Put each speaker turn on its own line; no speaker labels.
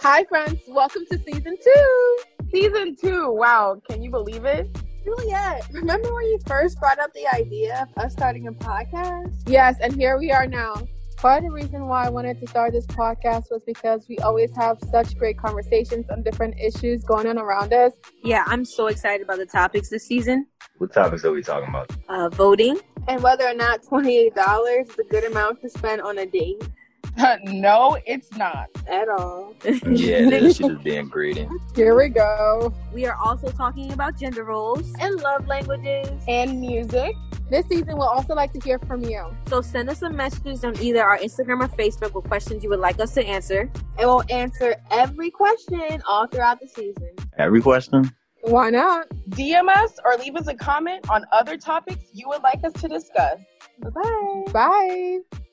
Hi, friends. Welcome to season two.
Season two. Wow. Can you believe it?
Juliet, remember when you first brought up the idea of us starting a podcast?
Yes. And here we are now.
Part of the reason why I wanted to start this podcast was because we always have such great conversations on different issues going on around us.
Yeah, I'm so excited about the topics this season.
What topics are we talking about?
Uh, voting.
And whether or not $28 is a good amount to spend on a date
no, it's not.
at all.
yeah, that should just be ingredient.
Here we go.
We are also talking about gender roles.
And love languages.
And music.
This season, we'll also like to hear from you.
So send us some messages on either our Instagram or Facebook with questions you would like us to answer.
And we'll answer every question all throughout the season.
Every question?
Why not?
DM us or leave us a comment on other topics you would like us to discuss.
Bye bye. Bye.